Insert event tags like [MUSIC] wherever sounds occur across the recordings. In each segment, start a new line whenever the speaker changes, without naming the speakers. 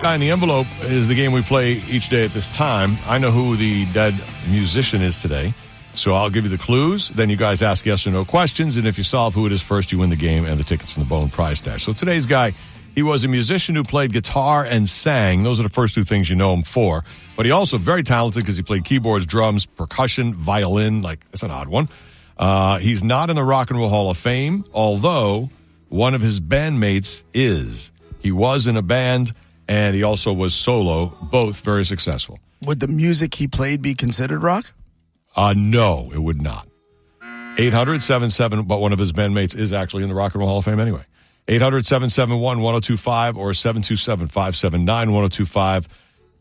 Guy in the envelope is the game we play each day at this time. I know who the dead musician is today, so I'll give you the clues. Then you guys ask yes or no questions, and if you solve who it is first, you win the game and the tickets from the Bone Prize Stash. So today's guy, he was a musician who played guitar and sang. Those are the first two things you know him for. But he also very talented because he played keyboards, drums, percussion, violin. Like that's an odd one. Uh, he's not in the Rock and Roll Hall of Fame, although one of his bandmates is. He was in a band and he also was solo, both very successful.
Would the music he played be considered rock?
Uh, no, it would not. 800 77, but one of his bandmates is actually in the Rock and Roll Hall of Fame anyway. 800 771 1025 or 727 579 1025.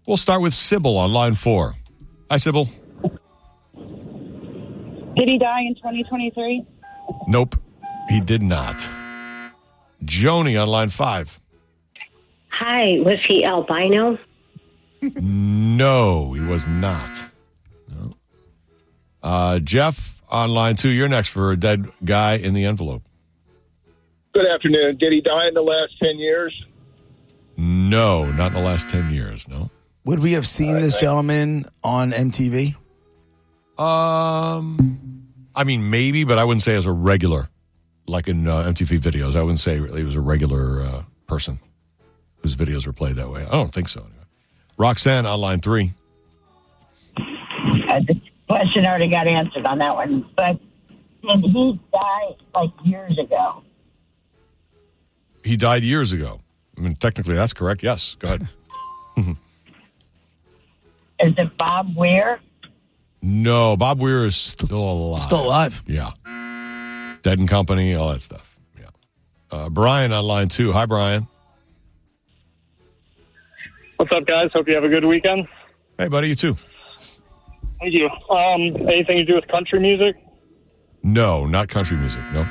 We'll start with Sybil on line four. Hi, Sybil.
Did he die in 2023?
Nope, he did not. Joni on line five.
Hi, was he albino?
No, he was not. No. Uh, Jeff on line two, you're next for a dead guy in the envelope.
Good afternoon. Did he die in the last 10 years?
No, not in the last 10 years, no.
Would we have seen this gentleman on MTV?
Um, I mean, maybe, but I wouldn't say as a regular, like in uh, MTV videos. I wouldn't say he was a regular uh, person whose videos were played that way. I don't think so. Anyway. Roxanne on line three.
Uh, the question already got answered on that one, but did he die like years ago?
He died years ago. I mean, technically, that's correct. Yes, go ahead.
Is it Bob Weir?
no, Bob Weir is still alive.
Still alive.
Yeah. Dead and Company, all that stuff. Yeah. Uh, Brian on line two. Hi, Brian.
What's up, guys? Hope you have a good weekend.
Hey, buddy, you too.
Thank you. Um, anything to do with country music?
No, not country music. No.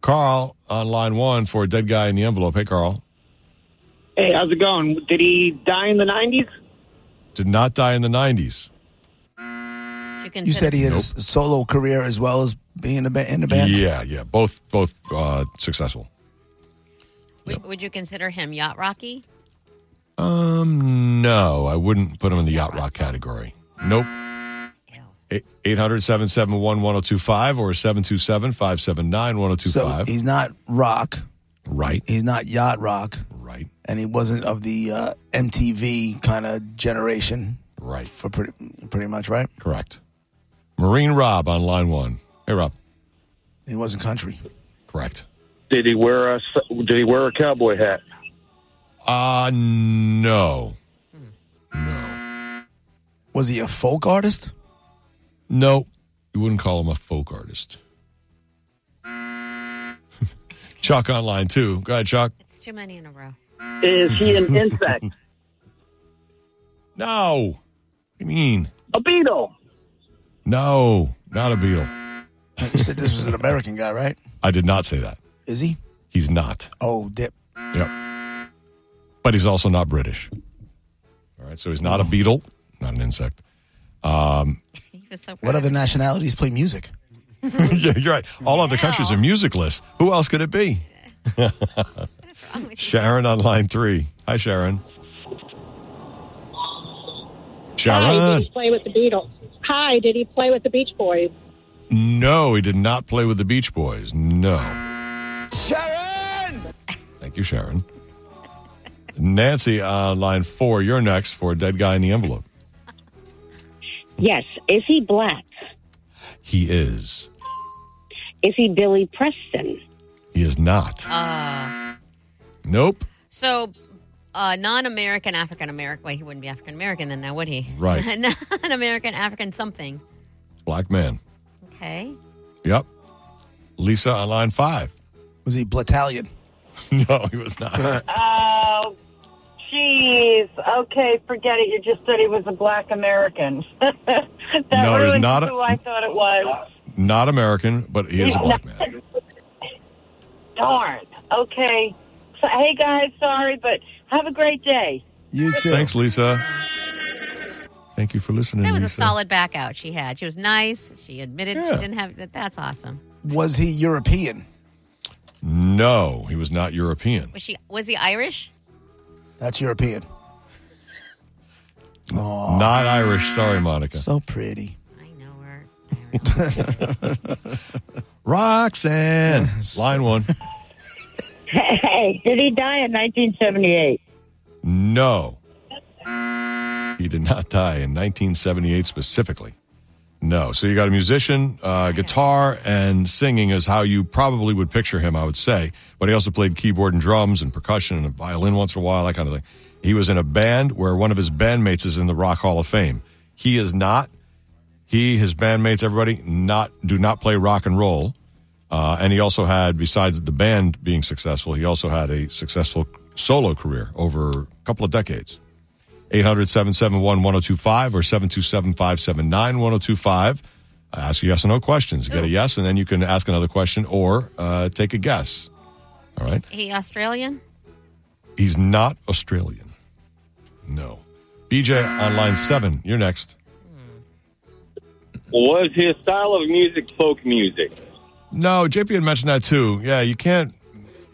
Carl on line one for a dead guy in the envelope. Hey, Carl.
Hey, how's it going? Did he die in the 90s?
Did not die in the 90s.
You said he had a s- solo career as well as being in a, ba- in a band.
Yeah, yeah. Both both uh, successful.
Would, would you consider him yacht Rocky?
Um, no, I wouldn't put him in the yacht rock category. Nope.
Ew.
800 771 1025 or 727 579
So
1025.
he's not rock.
Right,
He's not yacht rock,
right,
and he wasn't of the uh, MTV kind of generation
right.
for pretty pretty much, right?
Correct. Marine Rob on line one. Hey, Rob.
He wasn't country.
Correct.
Did he wear a Did he wear a cowboy hat?
Uh, no. Hmm. No.
Was he a folk artist?
No, you wouldn't call him a folk artist. [LAUGHS] Chuck on line two. Go ahead, Chuck.
It's too many in a row.
Is he
[LAUGHS]
an insect?
No. What do you mean?
A beetle?
No, not a beetle.
You said this was an American guy, right?
I did not say that.
Is he?
He's not.
Oh, dip.
Yep. But he's also not British. All right, so he's not a beetle, not an insect.
He was so
What
proud.
other nationalities play music?
[LAUGHS] yeah, you're right. All other countries are music lists. Who else could it be?
What is wrong with you?
Sharon on line three. Hi, Sharon.
Hi,
Sharon.
did he play with the Beatles? Hi, did he play with the Beach Boys?
No, he did not play with the Beach Boys. No. Sharon! Thank you, Sharon. Nancy on line four. You're next for Dead Guy in the Envelope.
Yes. Is he black?
He is.
Is he Billy Preston?
He is not.
Uh,
Nope.
so, uh, non-American African American. Wait, he wouldn't be African American then, now would he?
Right.
[LAUGHS] non-American African something.
Black man.
Okay.
Mm-hmm. Yep. Lisa on line five. [LAUGHS]
Was he Blatalian?
No, he was not.
Uh,
Oh, Jeez. Okay, forget it. You just said he was a black American. [LAUGHS] that
No, there's
ruins
not a-
who I thought it was.
Not American, but he is a black man.
Darn. Okay. So, hey, guys, sorry, but have a great day.
You too.
Thanks, Lisa. Thank you for listening.
That was a
Lisa.
solid back out she had. She was nice. She admitted
Yeah.
she didn't have that. That's awesome.
Was he European?
No, he was not European.
Was she? Was he Irish?
That's European.
Not Irish. Sorry, Monica.
So pretty.
Roxanne. Line one.
Hey, did he die in 1978?
No. He did not die in 1978 specifically. No. So you got a musician, uh, guitar, and singing is how you probably would picture him, I would say. But he also played keyboard and drums and percussion and a violin once in a while, that kind of thing. He was in a band where one of his bandmates is in the Rock Hall of Fame. He is not. He, his bandmates, everybody, not do not play rock and roll. Uh, and he also had, besides the band being successful, he also had a successful solo career over a couple of decades. 800 771 1025 or 727 579 1025. Ask yes or no questions. Get a yes, and then you can ask another question or uh, take a guess. All right.
He Australian?
He's not Australian. No. BJ on line seven. You're next.
Was his style of music folk music?
No, JP had mentioned that too. Yeah, you can't.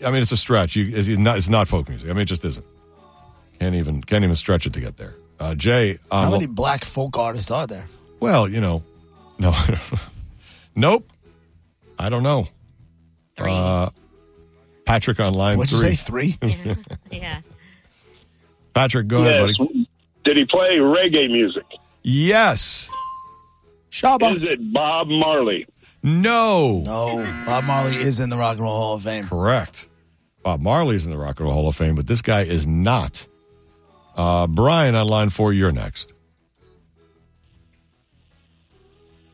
I mean, it's a stretch. You, it's not. It's not folk music. I mean, it just isn't. Can't even. Can't even stretch it to get there. Uh, Jay, um,
How many black folk artists are there?
well, you know, no, [LAUGHS] nope. I don't know.
Three.
Uh, Patrick on line
What'd you
three.
say, three?
Yeah.
Patrick, go ahead,
Yes.
buddy.
Did he play reggae music?
Yes.
Shaba.
Is it Bob Marley?
No.
No. Bob Marley is in the Rock and Roll Hall of Fame.
Correct. Bob Marley's in the Rock and Roll Hall of Fame, but this guy is not. Uh, Brian on line four. You're next.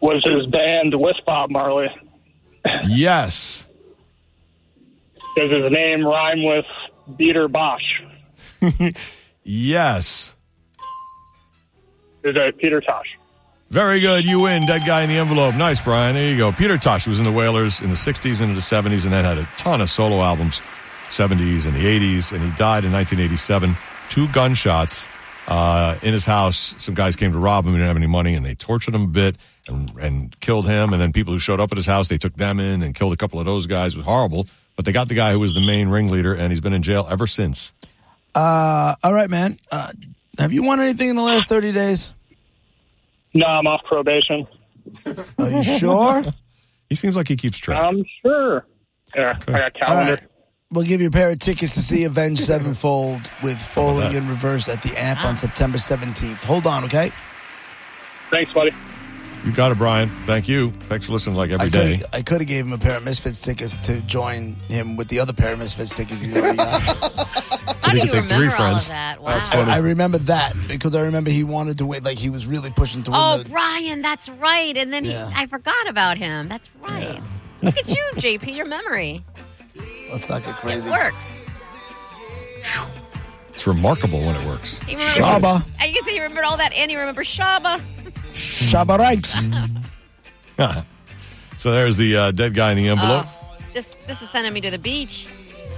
Was his band with Bob Marley?
Yes.
Does his name rhyme with Dieter Bosch?
Yes.
Is it Peter Tosh?
Very good. You win. Dead guy in the envelope. Nice, Brian. There you go. Peter Tosh was in the Whalers in the 60s and in the 70s and then had a ton of solo albums, 70s and the 80s. And he died in 1987. Two gunshots uh, in his house. Some guys came to rob him. He didn't have any money and they tortured him a bit and, and killed him. And then people who showed up at his house, they took them in and killed a couple of those guys. It was horrible. But they got the guy who was the main ringleader and he's been in jail ever since.
Uh, all right, man. Uh, have you won anything in the last 30 days?
No, I'm off probation.
Are you sure?
He seems like he keeps track.
I'm sure. Yeah, I got calendar.
All right. We'll give you a pair of tickets to see Avenged Sevenfold with Falling
that?
in Reverse at the amp on September 17th. Hold on, okay?
Thanks, buddy.
You got it, Brian. Thank you. Thanks for listening like every
I
day.
coulda- I could have gave him a pair of Misfits tickets to join him with the other pair of Misfits tickets he's already got.
How do
They
you
could take
remember
three
all of
friends.
that? Wow.
That's funny.
I remember that because I remember he wanted to win, like he was really pushing to win
Oh,
the.
Brian, that's right. And then
Yeah.
he, I forgot about him. That's right. Look at you, JP. Your memory.
Let's not get
It
crazy.
works.
It's remarkable when it works.
He
Shaba.
And you can say you remembered all that, and you remember Shaba.
Shabaranks.
Uh-huh. so there's the uh, dead guy in the envelope.
Oh, this this is sending me to the beach.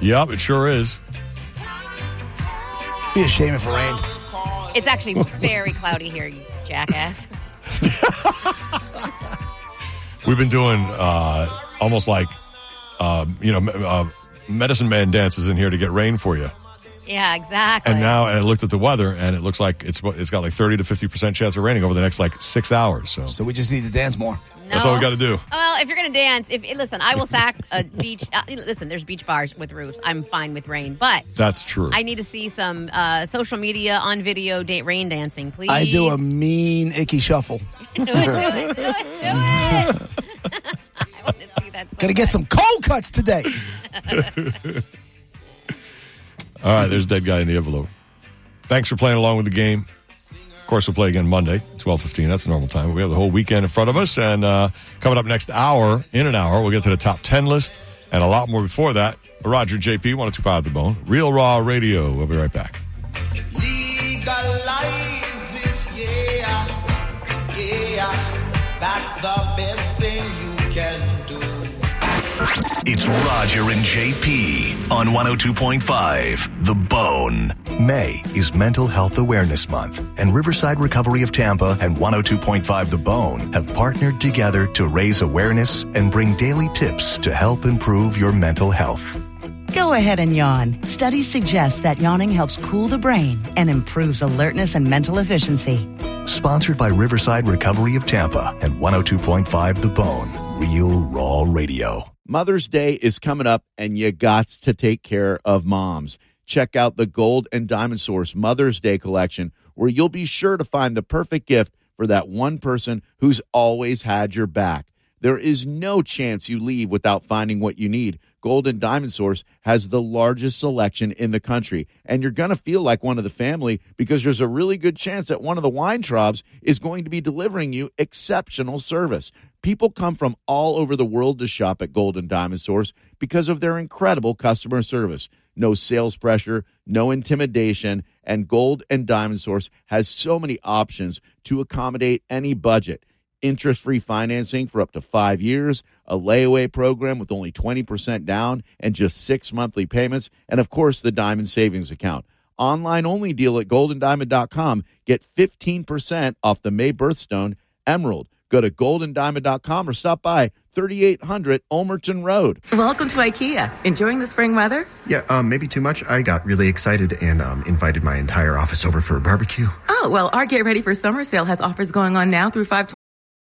Yep, it sure is.
Be a shame if it rained.
It's actually very cloudy here, you jackass. [LAUGHS]
We've been doing uh, almost like uh, you know me- uh, medicine man dances in here to get rain for you.
Yeah, exactly.
And now, and I looked at the weather, and it looks like it's it's got like thirty to fifty percent chance of raining over the next like six hours. So,
So we just need to dance more.
that's all we got to do.
Well, if you're gonna dance, if eh, listen, I will sack
[LAUGHS]
a beach. Uh, listen, there's beach bars with roofs. I'm fine with rain, but
That's true.
I need to see some uh, social media on video date rain dancing, please.
I do um, a mean icky shuffle.
[LAUGHS] do it, do it, [LAUGHS]
[LAUGHS]
do it, do it. I want to see that. So
Gonna get some cold cuts today.
All right, there's dead guy in the envelope. Thanks for playing along with the game. Of course, we'll play again Monday, twelve fifteen. That's the normal time. We have the whole weekend in front of us, and uh, coming up next hour, in an hour, we'll get to the top ten list and a lot more oh before that. Roger JP, one two five the bone, Real Raw Radio. We'll be right back.
Leave
That's the best thing you can do.
It's Roger and JP on 102.5 The Bone.
May is Mental Health Awareness Month, and Riverside Recovery of Tampa and 102.5 The Bone have partnered together to raise awareness and bring daily tips to help improve your mental health.
Go ahead and yawn. Studies suggest that yawning helps cool the brain and improves alertness and mental efficiency.
Sponsored by Riverside Recovery of Tampa and 102.5 The Bone, Real Raw Radio.
Mother's Day is coming up, and you got to take care of moms. Check out the Gold and Diamond Source Mother's Day collection, where you'll be sure to find the perfect gift for that one person who's always had your back. There is no chance you leave without finding what you need. Gold and Diamond Source has the largest selection in the country, and you're going to feel like one of the family because there's a really good chance that one of the wine trobs is going to be delivering you exceptional service. People come from all over the world to shop at Gold and Diamond Source because of their incredible customer service. No sales pressure, no intimidation, and Gold and Diamond Source has so many options to accommodate any budget interest free financing for up to five years, a layaway program with only 20% down and just six monthly payments, and of course, the Diamond Savings Account. Online only deal at goldendiamond.com. Get 15% off the May birthstone emerald. Go to goldendiamond.com or stop by 3800 Olmerton Road.
Welcome to IKEA. Enjoying the spring weather?
Yeah, um, maybe too much. I got really excited and um, invited my entire office over for a barbecue.
Oh, well, our Get Ready for Summer sale has offers going on now through 5